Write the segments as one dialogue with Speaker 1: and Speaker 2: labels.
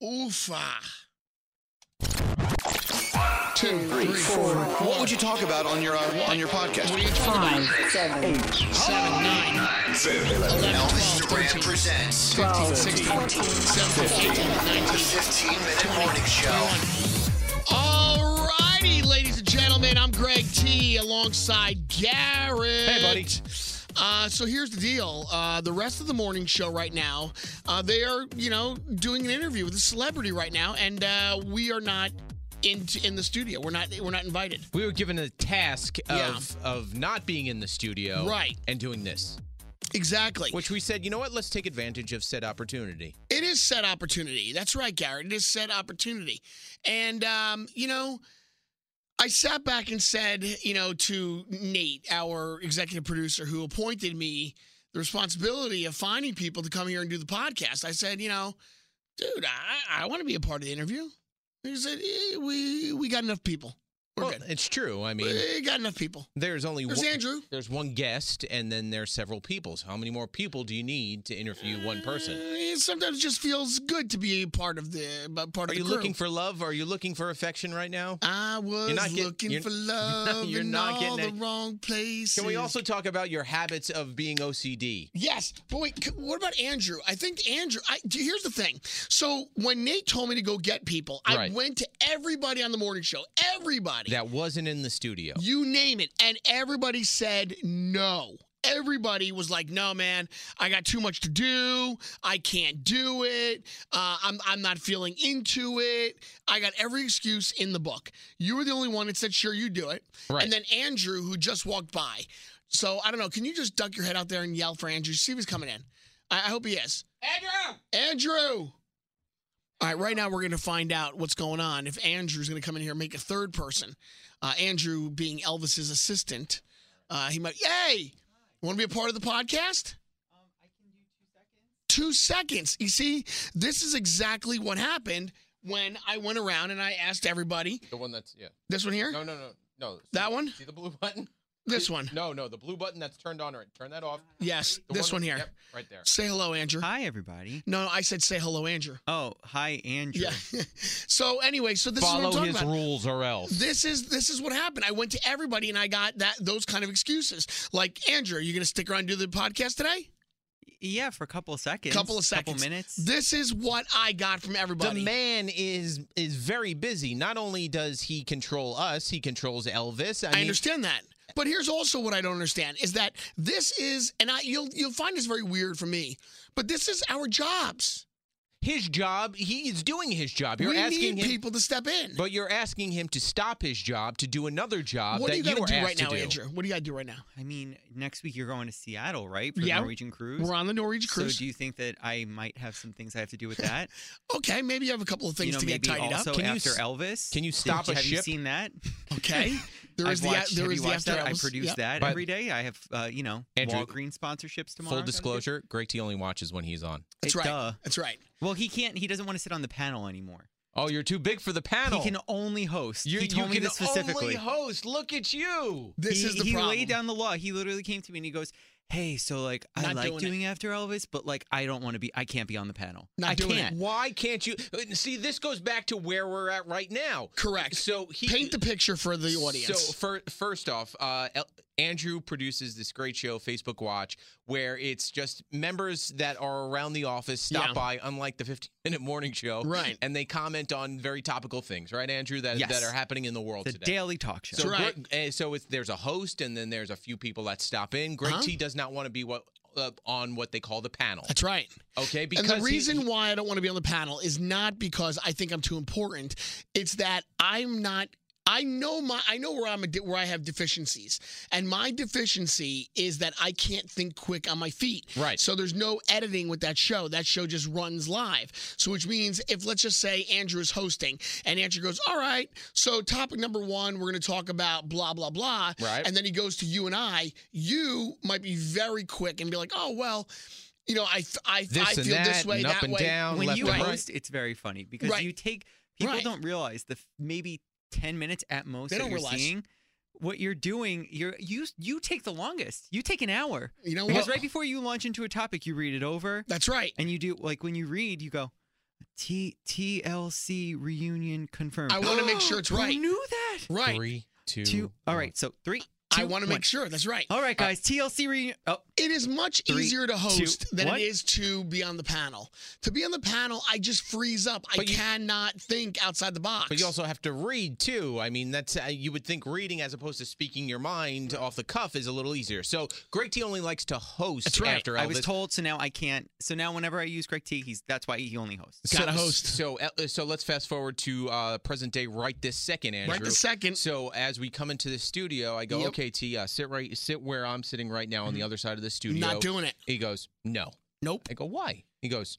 Speaker 1: Ufa.
Speaker 2: Two, three, four.
Speaker 1: What would you talk about on your uh, on your podcast? What are you talking
Speaker 2: Five,
Speaker 1: about?
Speaker 2: seven, eight,
Speaker 1: Seven, nine,
Speaker 2: Elvis Duran presents
Speaker 1: 15, 16, 17, 18, 19,
Speaker 2: 15 minute morning show.
Speaker 1: 21. All righty, ladies and gentlemen, I'm Greg T alongside Garrett. Hey, buddy. Uh, so here's the deal. Uh, the rest of the morning show right now, uh, they are, you know, doing an interview with a celebrity right now, and uh, we are not in in the studio. We're not we're not invited.
Speaker 3: We were given a task of
Speaker 1: Yeah.
Speaker 3: of not being in the studio,
Speaker 1: Right.
Speaker 3: and doing this,
Speaker 1: Exactly.
Speaker 3: which we said, you know what? Let's take advantage of said opportunity.
Speaker 1: It is set opportunity. That's right, Garrett. It is set opportunity. And, um, you know, I sat back and said, you know, to Nate, our executive producer who appointed me the responsibility of finding people to come here and do the podcast, I said, you know, dude, I, I want to be a part of the interview. He said, "Eh, we, we got enough people. We're
Speaker 3: Well,
Speaker 1: good.
Speaker 3: it's true. I mean,
Speaker 1: We got enough people.
Speaker 3: there's only
Speaker 1: There's
Speaker 3: one,
Speaker 1: Andrew.
Speaker 3: There's one guest, and then there's several people. So how many more people do you need to interview one person?
Speaker 1: Eh, Sometimes it just feels good to be a part of the part
Speaker 3: Are
Speaker 1: of the
Speaker 3: you looking
Speaker 1: crew.
Speaker 3: for love? Are you looking for affection right now?
Speaker 1: I was
Speaker 3: not get-
Speaker 1: looking
Speaker 3: you're-
Speaker 1: for love
Speaker 3: you're
Speaker 1: in
Speaker 3: not getting
Speaker 1: all
Speaker 3: it.
Speaker 1: the wrong places.
Speaker 3: Can we also talk about your habits of being OCD?
Speaker 1: Yes, but wait. c- What about Andrew? I think Andrew. I, d- here's the thing. So when Nate told me to go get people, I
Speaker 3: Right.
Speaker 1: went to everybody on the morning show. Everybody,
Speaker 3: That wasn't in the studio.
Speaker 1: you name it, and everybody said no. Everybody was like, "No, man, I got too much to do. I can't do it. Uh, I'm I'm not feeling into it. I got every excuse in the book. You were the only one that said, "Sure, you do it."
Speaker 3: Right.
Speaker 1: And then Andrew, who just walked by. So I don't know. Can you just duck your head out there and yell for Andrew? See if he's coming in. I, I hope he is. Andrew. Andrew. All right. Right now, we're going to find out what's going on. If Andrew's going to come in here, and make a third person. Uh, Andrew being Elvis's assistant. Uh, he might. Yay! Want to be a part of the podcast? two seconds. You see, this is exactly what happened when I went around and I asked everybody.
Speaker 3: The one that's yeah.
Speaker 1: This one here?
Speaker 3: no, no, no.
Speaker 1: That one?
Speaker 3: See the blue button?
Speaker 1: This one.
Speaker 3: No, no, the blue button that's turned on. Right, turn that off.
Speaker 1: Yes,
Speaker 3: The
Speaker 1: this one,
Speaker 3: that-
Speaker 1: here.
Speaker 3: Yep, right there.
Speaker 1: Say hello, Andrew.
Speaker 4: Hi, everybody.
Speaker 1: No, I said say hello, Andrew.
Speaker 4: Oh, hi, Andrew.
Speaker 1: Yeah. so anyway, so this
Speaker 3: Follow
Speaker 1: is what I'm talking
Speaker 3: his
Speaker 1: about.
Speaker 3: rules or else.
Speaker 1: This is this is what happened. I went to everybody and I got that those kind of excuses. Like Andrew, are you going to stick around and do the podcast today?
Speaker 4: Yeah, for a couple of seconds.
Speaker 1: couple of seconds,
Speaker 4: Couple minutes.
Speaker 1: This is what I got from everybody.
Speaker 3: The man is is very busy. Not only does he control us, he controls Elvis. I,
Speaker 1: I
Speaker 3: mean,
Speaker 1: understand that. But here's also what I don't understand is that this is and I you'll you'll find this very weird for me, but this is our jobs.
Speaker 3: His job, he is doing his job. You're
Speaker 1: we
Speaker 3: asking
Speaker 1: need
Speaker 3: him,
Speaker 1: people to step in.
Speaker 3: but you're asking him to stop his job to do another job
Speaker 1: what do
Speaker 3: that
Speaker 1: you
Speaker 3: you,
Speaker 1: gotta
Speaker 3: were
Speaker 1: do
Speaker 3: asked
Speaker 1: right
Speaker 3: to
Speaker 1: now,
Speaker 3: do.
Speaker 1: Andrew? What do you got to do right now?
Speaker 4: I mean, next week you're going to Seattle, right? For
Speaker 1: Yeah,
Speaker 4: the Norwegian cruise.
Speaker 1: We're on the Norwegian cruise.
Speaker 4: So do you think that I might have some things I have to do with that?
Speaker 1: okay, maybe you have a couple of things
Speaker 4: you know,
Speaker 1: to
Speaker 4: maybe
Speaker 1: get tidied
Speaker 4: also
Speaker 1: up.
Speaker 3: Can you
Speaker 4: after
Speaker 3: s-
Speaker 4: Elvis.
Speaker 3: can you
Speaker 4: Did-
Speaker 3: stop a
Speaker 4: have you
Speaker 3: ship?
Speaker 4: seen that?
Speaker 1: Okay, there
Speaker 4: I've
Speaker 1: is
Speaker 4: watched,
Speaker 1: the there
Speaker 4: have
Speaker 1: is
Speaker 4: you
Speaker 1: the
Speaker 4: watched
Speaker 1: after
Speaker 4: that? I
Speaker 1: hours.
Speaker 4: produce
Speaker 1: Yep.
Speaker 4: that
Speaker 3: But-
Speaker 4: every day. I have, uh, you know,
Speaker 3: Andrew,
Speaker 4: Walgreens sponsorships tomorrow.
Speaker 3: Full
Speaker 4: kinda good.
Speaker 3: disclosure, Greg T only watches when he's on.
Speaker 1: That's
Speaker 4: It-
Speaker 1: right.
Speaker 4: duh.
Speaker 1: That's right.
Speaker 4: Well, he can't. He doesn't want to sit on the panel anymore.
Speaker 3: Oh, you're too big for the panel.
Speaker 4: He can only host.
Speaker 3: you,
Speaker 4: he told
Speaker 3: you
Speaker 4: me
Speaker 3: can
Speaker 4: this specifically.
Speaker 3: only host. Look at you.
Speaker 1: This
Speaker 4: he,
Speaker 1: is the
Speaker 4: he
Speaker 1: problem.
Speaker 4: laid down the law. He literally came to me and he goes, "Hey, so like I
Speaker 1: Not
Speaker 4: like
Speaker 1: doing it.
Speaker 4: doing, after Elvis, but like I don't want to be. I can't be on the panel.
Speaker 1: Not
Speaker 4: I
Speaker 1: doing it.
Speaker 4: can't.
Speaker 3: Why can't you uh, see? This goes back to where we're at right now.
Speaker 1: Correct.
Speaker 3: So he
Speaker 1: paint the picture for the audience.
Speaker 3: So fir- first off, uh, El- Andrew produces this great show, Facebook Watch, where it's just members that are around the office stop
Speaker 1: Yeah.
Speaker 3: by, unlike the 15 minute morning show,
Speaker 1: Right.
Speaker 3: And they comment on very topical things, right, Andrew, that
Speaker 4: Yes.
Speaker 3: that are happening in the world
Speaker 4: The
Speaker 3: today.
Speaker 4: Daily Talk Show.
Speaker 3: so
Speaker 1: That's right.
Speaker 3: Gre- uh, so it's there's a host, and then there's a few people that stop in. Greg
Speaker 1: Uh-huh.
Speaker 3: T does not want to be what uh, on what they call the panel.
Speaker 1: That's right.
Speaker 3: Okay, because
Speaker 1: and the
Speaker 3: he-
Speaker 1: reason
Speaker 3: he-
Speaker 1: why I don't want to be on the panel is not because I think I'm too important. It's that I'm not. I know my. I know where I'm a, de- where I have deficiencies, and my deficiency is that I can't think quick on my feet.
Speaker 3: Right.
Speaker 1: So there's no editing with that show. That show just runs live. So which means if let's just say Andrew is hosting, and Andrew goes, "All right, so topic number one, we're going to talk about blah blah blah,"
Speaker 3: Right.
Speaker 1: and then he goes to you and I. You might be very quick and be like, "Oh well." you know, I, f- I, f-
Speaker 3: This
Speaker 1: I
Speaker 3: and
Speaker 1: feel this
Speaker 3: that,
Speaker 1: way,
Speaker 3: and
Speaker 1: that
Speaker 3: up and
Speaker 1: way.
Speaker 3: down,
Speaker 4: when
Speaker 3: left
Speaker 4: you
Speaker 3: and right.
Speaker 4: host, it's very funny because
Speaker 1: Right.
Speaker 4: you take people
Speaker 1: Right.
Speaker 4: don't realize the f- maybe ten minutes at most
Speaker 1: They
Speaker 4: that
Speaker 1: don't
Speaker 4: you're
Speaker 1: realize.
Speaker 4: seeing. What you're doing, you're you you take the longest. You take an hour
Speaker 1: You know
Speaker 4: because
Speaker 1: what?
Speaker 4: right before you launch into a topic, you read it over
Speaker 1: That's right.
Speaker 4: and you do like when you read, you go. T TLC reunion confirmed.
Speaker 1: I wanna make sure it's right.
Speaker 4: Who knew that?
Speaker 1: Right.
Speaker 3: Three, two,
Speaker 4: two. All
Speaker 3: one.
Speaker 4: right, so three.
Speaker 1: I
Speaker 4: two,
Speaker 1: want to
Speaker 4: one.
Speaker 1: make sure. That's right.
Speaker 4: All right, guys. TLC reunion. Oh,
Speaker 1: It is much
Speaker 4: Three,
Speaker 1: easier to
Speaker 4: two,
Speaker 1: host than
Speaker 4: one.
Speaker 1: it is to be on the panel. To be on the panel, I just freeze up. I
Speaker 3: But you-
Speaker 1: cannot think outside the box.
Speaker 3: But you also have to read too. I mean, that's uh, you would think reading as opposed to speaking your mind off the cuff is a little easier. So Greg T only likes to host
Speaker 1: That's right.
Speaker 3: after Elvis.
Speaker 4: I was told, so now I can't. So now whenever I use Greg T, he's that's why he only hosts.
Speaker 3: so,
Speaker 1: Gotta host.
Speaker 3: So uh, so let's fast forward to uh, present day right this second, Andrew.
Speaker 1: right the second.
Speaker 3: So as we come into the studio, I go,
Speaker 1: Yep. Mm-hmm.
Speaker 3: okay, T, uh, sit right, sit where I'm sitting right now on the other side of the studio.
Speaker 1: Not doing it.
Speaker 3: He goes, no.
Speaker 1: Nope.
Speaker 3: I go, why? He goes,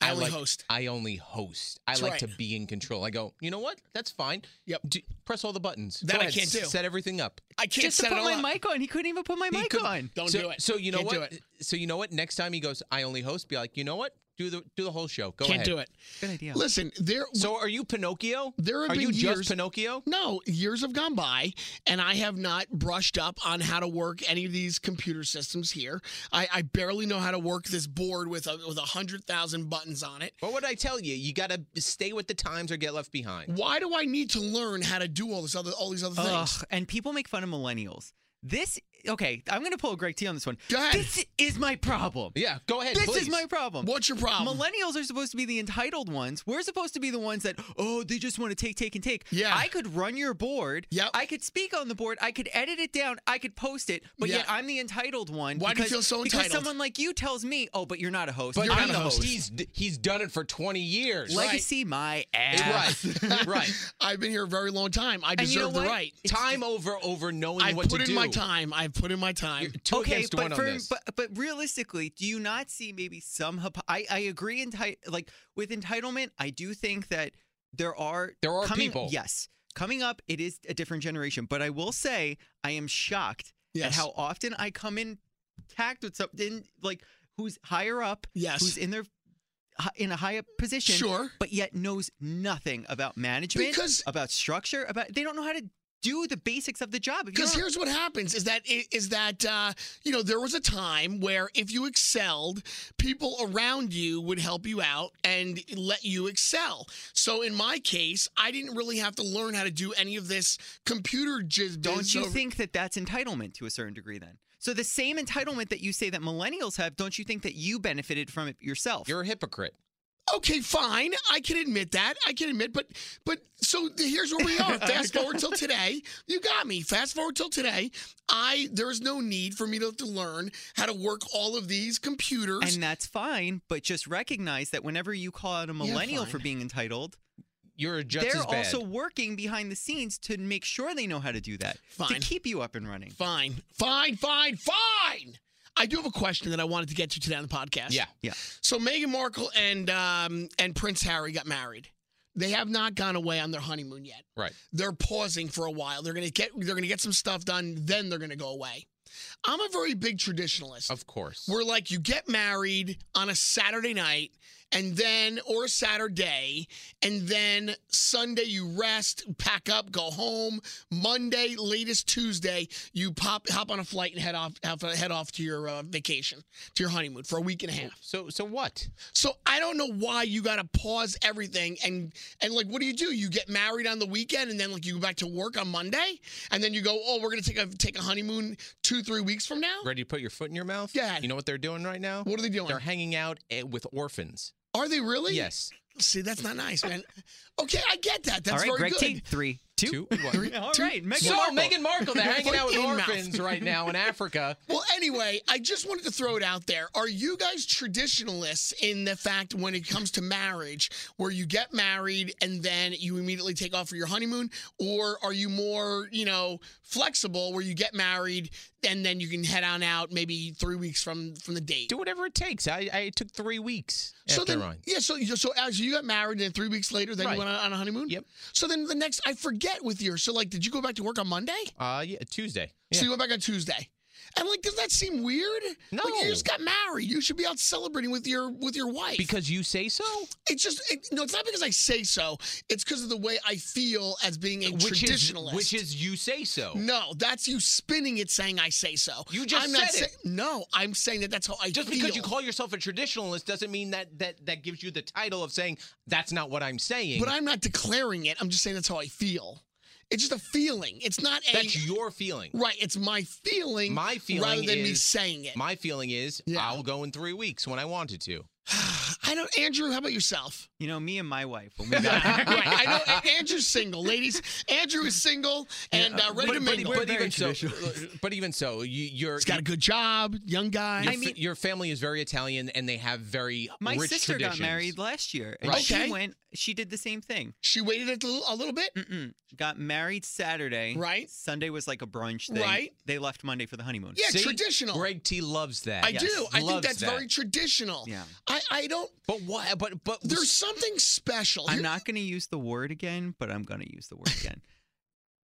Speaker 1: I only
Speaker 3: like-
Speaker 1: host.
Speaker 3: I only host. I
Speaker 1: That's
Speaker 3: like
Speaker 1: right.
Speaker 3: to be in control. I go, you know what? That's fine.
Speaker 1: Yep.
Speaker 3: Do, press all the buttons.
Speaker 1: That
Speaker 3: Go
Speaker 1: I
Speaker 3: ahead,
Speaker 1: can't do.
Speaker 3: Set everything up.
Speaker 1: I can't
Speaker 4: Just to
Speaker 1: set
Speaker 4: put
Speaker 1: it all
Speaker 4: my
Speaker 1: up.
Speaker 4: mic on, he couldn't even put my
Speaker 3: He
Speaker 4: mic
Speaker 3: couldn't-
Speaker 4: on.
Speaker 1: Don't
Speaker 3: so,
Speaker 1: do it.
Speaker 3: So you know
Speaker 1: Can't do
Speaker 3: what?
Speaker 1: it.
Speaker 3: So you know what? Next time he goes, I only host. Be like, you know what? Do the do the whole show. Go
Speaker 1: Can't
Speaker 3: ahead.
Speaker 1: do it.
Speaker 4: Good idea.
Speaker 1: Listen, there.
Speaker 3: So are you Pinocchio?
Speaker 1: There have
Speaker 3: are you
Speaker 1: been years-
Speaker 3: just Pinocchio?
Speaker 1: No, years have gone by, and I have not brushed up on how to work any of these computer systems here. I, I barely know how to work this board with a, with a hundred thousand buttons on it.
Speaker 3: What would I tell you? You gotta stay with the times or get left behind.
Speaker 1: Why do I need to learn how to do all this other all these other
Speaker 4: Ugh,
Speaker 1: things?
Speaker 4: and people make fun of millennials. This okay? I'm gonna pull a Greg T on this one.
Speaker 1: Go ahead.
Speaker 4: This is my problem.
Speaker 3: Yeah, go ahead.
Speaker 4: This
Speaker 3: please.
Speaker 4: is my problem.
Speaker 1: What's your problem?
Speaker 4: Millennials are supposed to be the entitled ones. We're supposed to be the ones that, oh, they just want to take, take, and take.
Speaker 1: Yeah.
Speaker 4: I could run your board.
Speaker 1: Yep.
Speaker 4: I could speak on the board. I could edit it down. I could post it. But yet
Speaker 1: Yeah.
Speaker 4: I'm the entitled one.
Speaker 1: Why do you
Speaker 4: because-
Speaker 1: feel so
Speaker 4: Because
Speaker 1: entitled?
Speaker 4: someone like you tells me, oh, but you're not a host.
Speaker 3: But
Speaker 4: you're
Speaker 3: I'm
Speaker 4: not a host.
Speaker 3: He's he's done it for 20 years.
Speaker 4: Legacy my ass.
Speaker 3: Right. right.
Speaker 1: I've been here a very long time. I
Speaker 4: And you know
Speaker 1: deserve
Speaker 4: what?
Speaker 1: the right.
Speaker 3: Time over over knowing
Speaker 1: I've
Speaker 3: what
Speaker 1: put
Speaker 3: to
Speaker 1: in
Speaker 3: do.
Speaker 1: my time. I've put in my time.
Speaker 3: Two
Speaker 4: okay,
Speaker 3: against
Speaker 4: but
Speaker 3: one
Speaker 4: for,
Speaker 3: on this.
Speaker 4: but but realistically, do you not see maybe some? Hypo- I I agree enti- like with entitlement. I do think that there are
Speaker 3: There are
Speaker 4: coming,
Speaker 3: people.
Speaker 4: Yes, coming up, it is a different generation. But I will say, I am shocked
Speaker 1: Yes.
Speaker 4: at how often I come in tact with something like who's higher up,
Speaker 1: Yes.
Speaker 4: who's in their hi- in a higher position,
Speaker 1: Sure.
Speaker 4: but yet knows nothing about management,
Speaker 1: Because-
Speaker 4: about structure, about they don't know how to do the basics of the job. If you
Speaker 1: Because
Speaker 4: don't-
Speaker 1: here's what happens: is that is that uh, you know there was a time where if you excelled, people around you would help you out and let you excel. So in my case, I didn't really have to learn how to do any of this computer. Jizz
Speaker 4: don't you
Speaker 1: over-
Speaker 4: think that that's entitlement to a certain degree then? So the same entitlement that you say that millennials have, don't you think that you benefited from it yourself?
Speaker 3: You're a hypocrite.
Speaker 1: Okay, fine. I can admit that. I can admit, but but so th- here's where we are. Fast forward till today. You got me. Fast forward till today. I there's no need for me to, to learn how to work all of these computers.
Speaker 4: and that's fine, but just recognize that whenever you call out a millennial for
Speaker 1: fine.
Speaker 4: being entitled,
Speaker 3: You're just
Speaker 4: they're
Speaker 3: as bad.
Speaker 4: also working behind the scenes to make sure they know how to do that to
Speaker 1: Fine.
Speaker 4: keep you up and running.
Speaker 1: Fine, fine, fine, fine. I do have a question that I wanted to get to today on the podcast.
Speaker 3: yeah.
Speaker 4: Yeah.
Speaker 1: So Meghan Markle and um, and Prince Harry got married. They have not gone away on their honeymoon yet.
Speaker 3: Right.
Speaker 1: They're pausing for a while. They're gonna get they're gonna get some stuff done. Then they're gonna go away. I'm a very big traditionalist.
Speaker 3: Of course.
Speaker 1: Where like you get married on a Saturday night and then or a Saturday and then Sunday you rest, pack up, go home. Monday, latest Tuesday, you pop hop on a flight and head off have- head off to your uh, vacation, to your honeymoon for a week and a half.
Speaker 3: so so what?
Speaker 1: So I don't know why you got to pause everything and and like what do you do? You get married on the weekend and then like you go back to work on Monday and then you go, "Oh, we're going to take a take a honeymoon 2-3 weeks from now?"
Speaker 3: Ready to put your foot in your mouth?
Speaker 1: Yeah.
Speaker 3: You know what they're doing right now?
Speaker 1: What are they doing?
Speaker 3: They're hanging out eh, with orphans.
Speaker 1: Are they really?
Speaker 3: Yes.
Speaker 1: See, that's not nice, man. Okay, I get that. That's
Speaker 4: All right,
Speaker 1: very
Speaker 4: Greg
Speaker 1: good.
Speaker 4: T, three, two,
Speaker 3: Two, one.
Speaker 4: All
Speaker 1: Two.
Speaker 4: right, Meghan
Speaker 3: so
Speaker 4: Markle.
Speaker 3: Oh, Meghan Markle, they're
Speaker 1: Your
Speaker 3: hanging out with
Speaker 1: foot in mouth.
Speaker 3: orphans right now in Africa.
Speaker 1: Well, anyway, I just wanted to throw it out there. Are you guys traditionalists in the fact when it comes to marriage, where you get married and then you immediately take off for your honeymoon, or are you more, you know, flexible where you get married and then you can head on out maybe three weeks from from the date?
Speaker 3: Do whatever it takes. I, I took three weeks
Speaker 1: so
Speaker 3: after
Speaker 1: then,
Speaker 3: mine.
Speaker 1: yeah. So, you- so as you got married, and then three weeks later, then
Speaker 3: Right.
Speaker 1: you went on, on a honeymoon.
Speaker 3: Yep.
Speaker 1: So then the next, I forget with your. So like, did you go back to work on Monday?
Speaker 3: Uh, yeah, Tuesday.
Speaker 1: So
Speaker 3: Yeah.
Speaker 1: you went back on Tuesday. And like, does that seem weird?
Speaker 3: No.
Speaker 1: like, you just got married. You should be out celebrating with your with your wife.
Speaker 3: Because you say so,
Speaker 1: it's just it, no, it's not because I say so. It's because of the way I feel as being a
Speaker 3: which is
Speaker 1: traditionalist.
Speaker 3: which is you say so.
Speaker 1: no, that's you spinning it, saying I say so.
Speaker 3: You just
Speaker 1: I'm not
Speaker 3: said it.
Speaker 1: saying no. I'm saying that that's how I
Speaker 3: Just
Speaker 1: feel.
Speaker 3: because you call yourself a traditionalist doesn't mean that that that gives you the title of saying that's not what I'm saying.
Speaker 1: But I'm not declaring it. I'm just saying that's how I feel. It's just a feeling. It's not a
Speaker 3: that's your feeling.
Speaker 1: right. It's my feeling.
Speaker 3: My feeling
Speaker 1: rather than me
Speaker 3: is-
Speaker 1: saying it.
Speaker 3: My feeling is
Speaker 1: Yeah.
Speaker 3: I'll go in three weeks when I wanted to.
Speaker 1: I don't. Andrew, how about yourself?
Speaker 4: You know, me and my wife, when we got
Speaker 1: Yeah, right. I know A- Andrew's single, ladies. Andrew is single and uh, ready to
Speaker 3: But, but,
Speaker 1: mingle.
Speaker 3: but even so, but even so, you, you're
Speaker 1: He's got a good job, young guy.
Speaker 3: your, fa- your family is very Italian and they have very
Speaker 4: my
Speaker 3: rich
Speaker 4: sister
Speaker 3: traditions.
Speaker 4: got married last year, and
Speaker 1: Right.
Speaker 4: she
Speaker 1: Okay.
Speaker 4: went. She did the same thing.
Speaker 1: she waited a little, a little bit.
Speaker 4: Mm-mm. Got married Saturday.
Speaker 1: Right.
Speaker 4: Sunday was like a brunch thing.
Speaker 1: Right.
Speaker 4: They left Monday for the honeymoon.
Speaker 1: Yeah,
Speaker 3: See?
Speaker 1: traditional.
Speaker 3: Greg T loves that.
Speaker 1: I do. I think
Speaker 3: Loves
Speaker 1: that's
Speaker 3: that.
Speaker 1: very traditional.
Speaker 4: Yeah.
Speaker 1: I, I don't.
Speaker 3: But what? But but
Speaker 1: There's something special.
Speaker 4: I'm
Speaker 1: Here-
Speaker 4: not going to use the word again, but I'm going to use the word again.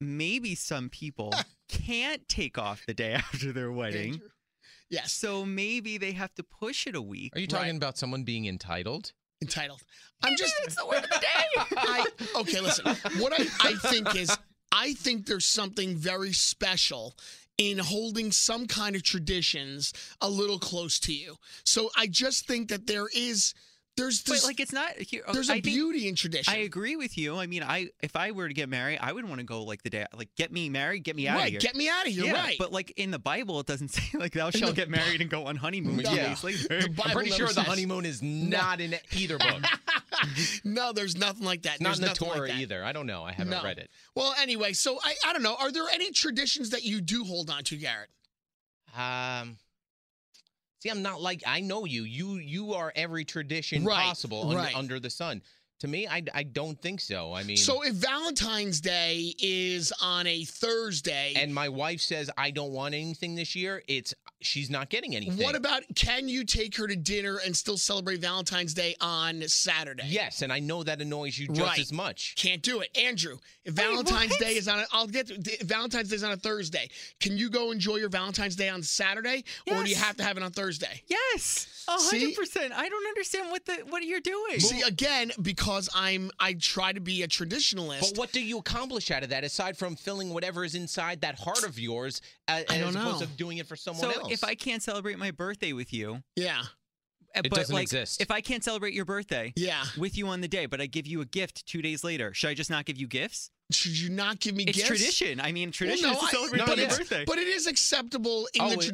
Speaker 4: Maybe some people can't take off the day after their wedding,
Speaker 1: Andrew. Yes,
Speaker 4: so maybe they have to push it a week.
Speaker 3: Are you talking about someone being entitled?
Speaker 1: entitled. I'm just. It's the word of the day. I, okay, listen. What I, I think is, I think there's something very special in holding some kind of traditions a little close to you. So I just think that there is, there's
Speaker 4: But
Speaker 1: this,
Speaker 4: like, it's not here. uh,
Speaker 1: there's
Speaker 4: I
Speaker 1: a
Speaker 4: think-
Speaker 1: beauty in tradition.
Speaker 4: I agree with you. I mean, I if I were to get married, I would want to go like the day, like get me married, get me out
Speaker 1: right,
Speaker 4: of here.
Speaker 1: get me out of here.
Speaker 4: yeah,
Speaker 1: right.
Speaker 4: but like in the Bible, it doesn't say like thou shalt get married and go on honeymoon.
Speaker 3: No.
Speaker 4: two days later.
Speaker 1: The Bible
Speaker 3: I'm pretty
Speaker 1: never
Speaker 3: sure the
Speaker 1: says-
Speaker 3: honeymoon is not in either book.
Speaker 1: no, there's nothing like that.
Speaker 3: not
Speaker 1: There's
Speaker 3: in the
Speaker 1: nothing like
Speaker 3: Torah
Speaker 1: that.
Speaker 3: either. I don't know. I haven't
Speaker 1: No.
Speaker 3: read it.
Speaker 1: Well, anyway, so I, I don't know. Are there any traditions that you do hold on to, Garrett?
Speaker 3: Um, see, I'm not like I know you. You you are every tradition
Speaker 1: Right,
Speaker 3: possible un-
Speaker 1: right.
Speaker 3: under the sun. To me, I, I don't think so. I mean,
Speaker 1: So if Valentine's Day is on a Thursday,
Speaker 3: and my wife says I don't want anything this year. It's she's not getting anything.
Speaker 1: What about can you take her to dinner and still celebrate Valentine's Day on Saturday?
Speaker 3: Yes, and I know that annoys you just
Speaker 1: Right.
Speaker 3: as much.
Speaker 1: Can't do it, Andrew. If Valentine's
Speaker 5: what?
Speaker 1: Day is on, a, I'll get to, th- Valentine's Day is on a Thursday. Can you go enjoy your Valentine's Day on Saturday, or do you
Speaker 4: Yes.
Speaker 1: have to have it on Thursday?
Speaker 4: Yes, a
Speaker 1: See?
Speaker 4: hundred percent. I don't understand what the what you're doing.
Speaker 1: See, again, because I'm, I try to be a traditionalist.
Speaker 3: But what do you accomplish out of that aside from filling whatever is inside that heart of yours uh,
Speaker 1: I
Speaker 3: as
Speaker 1: don't
Speaker 3: opposed
Speaker 1: know.
Speaker 3: to doing it for someone
Speaker 4: so
Speaker 3: else?
Speaker 4: if I can't celebrate my birthday with you,
Speaker 1: yeah,
Speaker 4: uh,
Speaker 3: It
Speaker 4: but
Speaker 3: doesn't
Speaker 4: like
Speaker 3: exist.
Speaker 4: if I can't celebrate your birthday
Speaker 1: yeah.
Speaker 4: with you on the day, but I give you a gift two days later, should I just not give you gifts?
Speaker 1: Should you not give me
Speaker 4: It's
Speaker 1: gifts?
Speaker 4: tradition. I mean,
Speaker 1: Well,
Speaker 4: tradition is to
Speaker 1: I-
Speaker 4: celebrate
Speaker 3: no,
Speaker 4: my
Speaker 1: but,
Speaker 3: yeah.
Speaker 1: it's-
Speaker 4: birthday.
Speaker 1: but it is acceptable in
Speaker 3: Oh,
Speaker 1: the
Speaker 3: it- when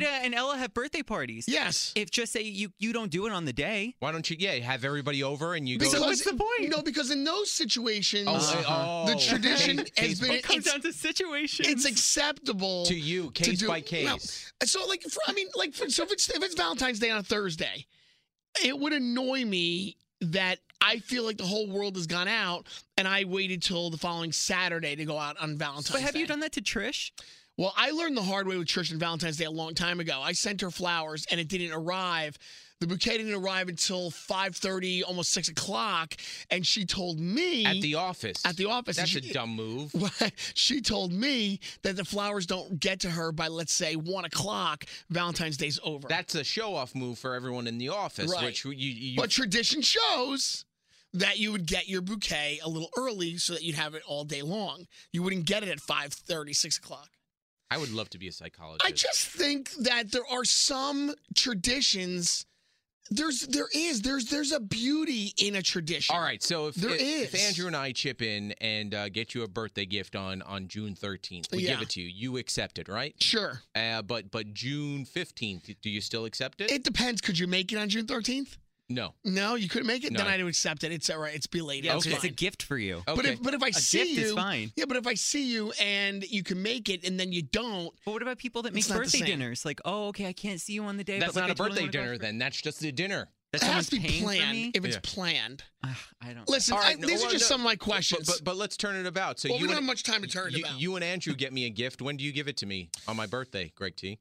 Speaker 4: when
Speaker 1: to-
Speaker 4: Jada and Ella have birthday parties,
Speaker 1: yes.
Speaker 4: if just say you you don't do it on the day,
Speaker 3: Why don't you, yeah, have everybody over and you go.
Speaker 1: Because-
Speaker 4: what's the point?
Speaker 1: No, because in those situations,
Speaker 3: Oh, uh,
Speaker 1: the
Speaker 3: oh.
Speaker 1: tradition
Speaker 3: Case-
Speaker 1: has
Speaker 3: case
Speaker 1: been
Speaker 3: by-
Speaker 4: it comes
Speaker 1: it's-
Speaker 4: down to situations.
Speaker 1: it's acceptable
Speaker 3: To you,
Speaker 1: to
Speaker 3: case
Speaker 1: do-
Speaker 3: by
Speaker 1: no.
Speaker 3: case.
Speaker 1: So, like, for, I mean, like, for, so if it's if it's Valentine's Day on a Thursday, it would annoy me that I feel like the whole world has gone out, and I waited till the following Saturday to go out on Valentine's.
Speaker 4: but have
Speaker 1: Day.
Speaker 4: you done that to Trish?
Speaker 1: Well, I learned the hard way with Church and Valentine's Day a long time ago. I sent her flowers and it didn't arrive. The bouquet didn't arrive until five thirty, almost six o'clock, and she told me
Speaker 3: at the office.
Speaker 1: at the office.
Speaker 3: That's a
Speaker 1: and she,
Speaker 3: dumb move.
Speaker 1: she told me that the flowers don't get to her by let's say one o'clock. Valentine's Day's over.
Speaker 3: That's a show off move for everyone in the office,
Speaker 1: Right.
Speaker 3: which you, you
Speaker 1: but tradition shows that you would get your bouquet a little early so that you'd have it all day long. You wouldn't get it at 5:30, 6 o'clock.
Speaker 3: I would love to be a psychologist.
Speaker 1: I just think that there are some traditions. There's there is there's there's a beauty in a tradition.
Speaker 3: All right, so if,
Speaker 1: There
Speaker 3: if, if
Speaker 1: is.
Speaker 3: Andrew and I chip in and uh, get you a birthday gift on on June 13th, we
Speaker 1: Yeah.
Speaker 3: give it to you. You accept it, right?
Speaker 1: Sure.
Speaker 3: Uh, but but June 15th, do you still accept it?
Speaker 1: It depends. Could you make it on June 13th?
Speaker 3: no.
Speaker 1: No, you couldn't make it. Then
Speaker 3: No.
Speaker 1: I'd accept it. It's all right. It's belated.
Speaker 3: Yeah,
Speaker 1: it's
Speaker 3: okay.
Speaker 4: It's a
Speaker 1: fine.
Speaker 4: gift for you.
Speaker 3: Okay.
Speaker 1: But if but if I
Speaker 4: A
Speaker 1: see
Speaker 4: gift
Speaker 1: you,
Speaker 4: is fine.
Speaker 1: yeah. But if I see you and you can make it, and then you don't,
Speaker 4: But what about people that make
Speaker 1: It's not the
Speaker 4: birthday
Speaker 1: same.
Speaker 4: dinners? Like, oh, okay, I can't see you on the day.
Speaker 3: That's
Speaker 4: but, like,
Speaker 3: not
Speaker 4: I
Speaker 3: a
Speaker 4: totally
Speaker 3: birthday
Speaker 4: wanna go out
Speaker 3: dinner
Speaker 4: for-
Speaker 3: then. That's just a dinner.
Speaker 4: That
Speaker 1: it has
Speaker 4: someone's
Speaker 1: to be
Speaker 4: paying for
Speaker 1: planned.
Speaker 4: me.
Speaker 1: If it's
Speaker 3: Yeah.
Speaker 1: planned,
Speaker 4: Ugh, I don't.
Speaker 1: listen.
Speaker 3: All right,
Speaker 1: I,
Speaker 3: no,
Speaker 1: these are
Speaker 3: well,
Speaker 1: just
Speaker 3: no.
Speaker 1: some of my
Speaker 3: But,
Speaker 1: questions.
Speaker 3: but but let's turn it about. So
Speaker 1: well,
Speaker 3: you
Speaker 1: we don't have
Speaker 3: and,
Speaker 1: much time to turn it
Speaker 3: you,
Speaker 1: about.
Speaker 3: you and Andrew get me a gift. When do you give it to me on my birthday, Greg T?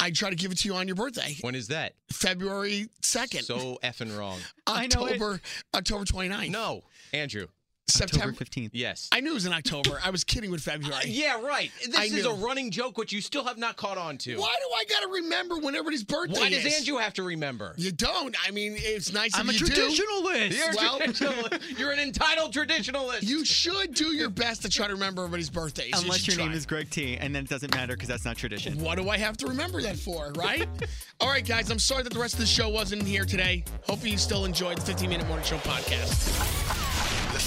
Speaker 1: I try to give it to you on your birthday,
Speaker 3: When is that?
Speaker 1: February second,
Speaker 3: So effing wrong.
Speaker 4: I know it.
Speaker 1: October October 29th.
Speaker 3: No, Andrew.
Speaker 4: October Uh,
Speaker 1: September
Speaker 4: fifteenth.
Speaker 3: Yes. Uh,
Speaker 1: I knew it was in October. I was kidding with February.
Speaker 3: yeah, right. This
Speaker 1: I
Speaker 3: is
Speaker 1: knew.
Speaker 3: a running joke, which you still have not caught on to.
Speaker 1: Why do I got to remember when everybody's birthday
Speaker 3: Why does
Speaker 1: is?
Speaker 3: Andrew have to remember?
Speaker 1: You don't. I mean, it's nice
Speaker 4: I'm a
Speaker 1: if you do.
Speaker 4: traditionalist.
Speaker 3: You're, a
Speaker 1: Well-
Speaker 3: traditionalist. You're an entitled traditionalist.
Speaker 1: You should do your best to try to remember everybody's birthdays. You
Speaker 4: Unless
Speaker 1: should
Speaker 4: your name
Speaker 1: try.
Speaker 4: is Greg T, and then it doesn't matter because that's not tradition.
Speaker 1: What do I have to remember that for, right? All right, guys, I'm sorry that the rest of the show wasn't here today. Hopefully, you still enjoyed the 15 Minute Morning Show podcast.
Speaker 2: The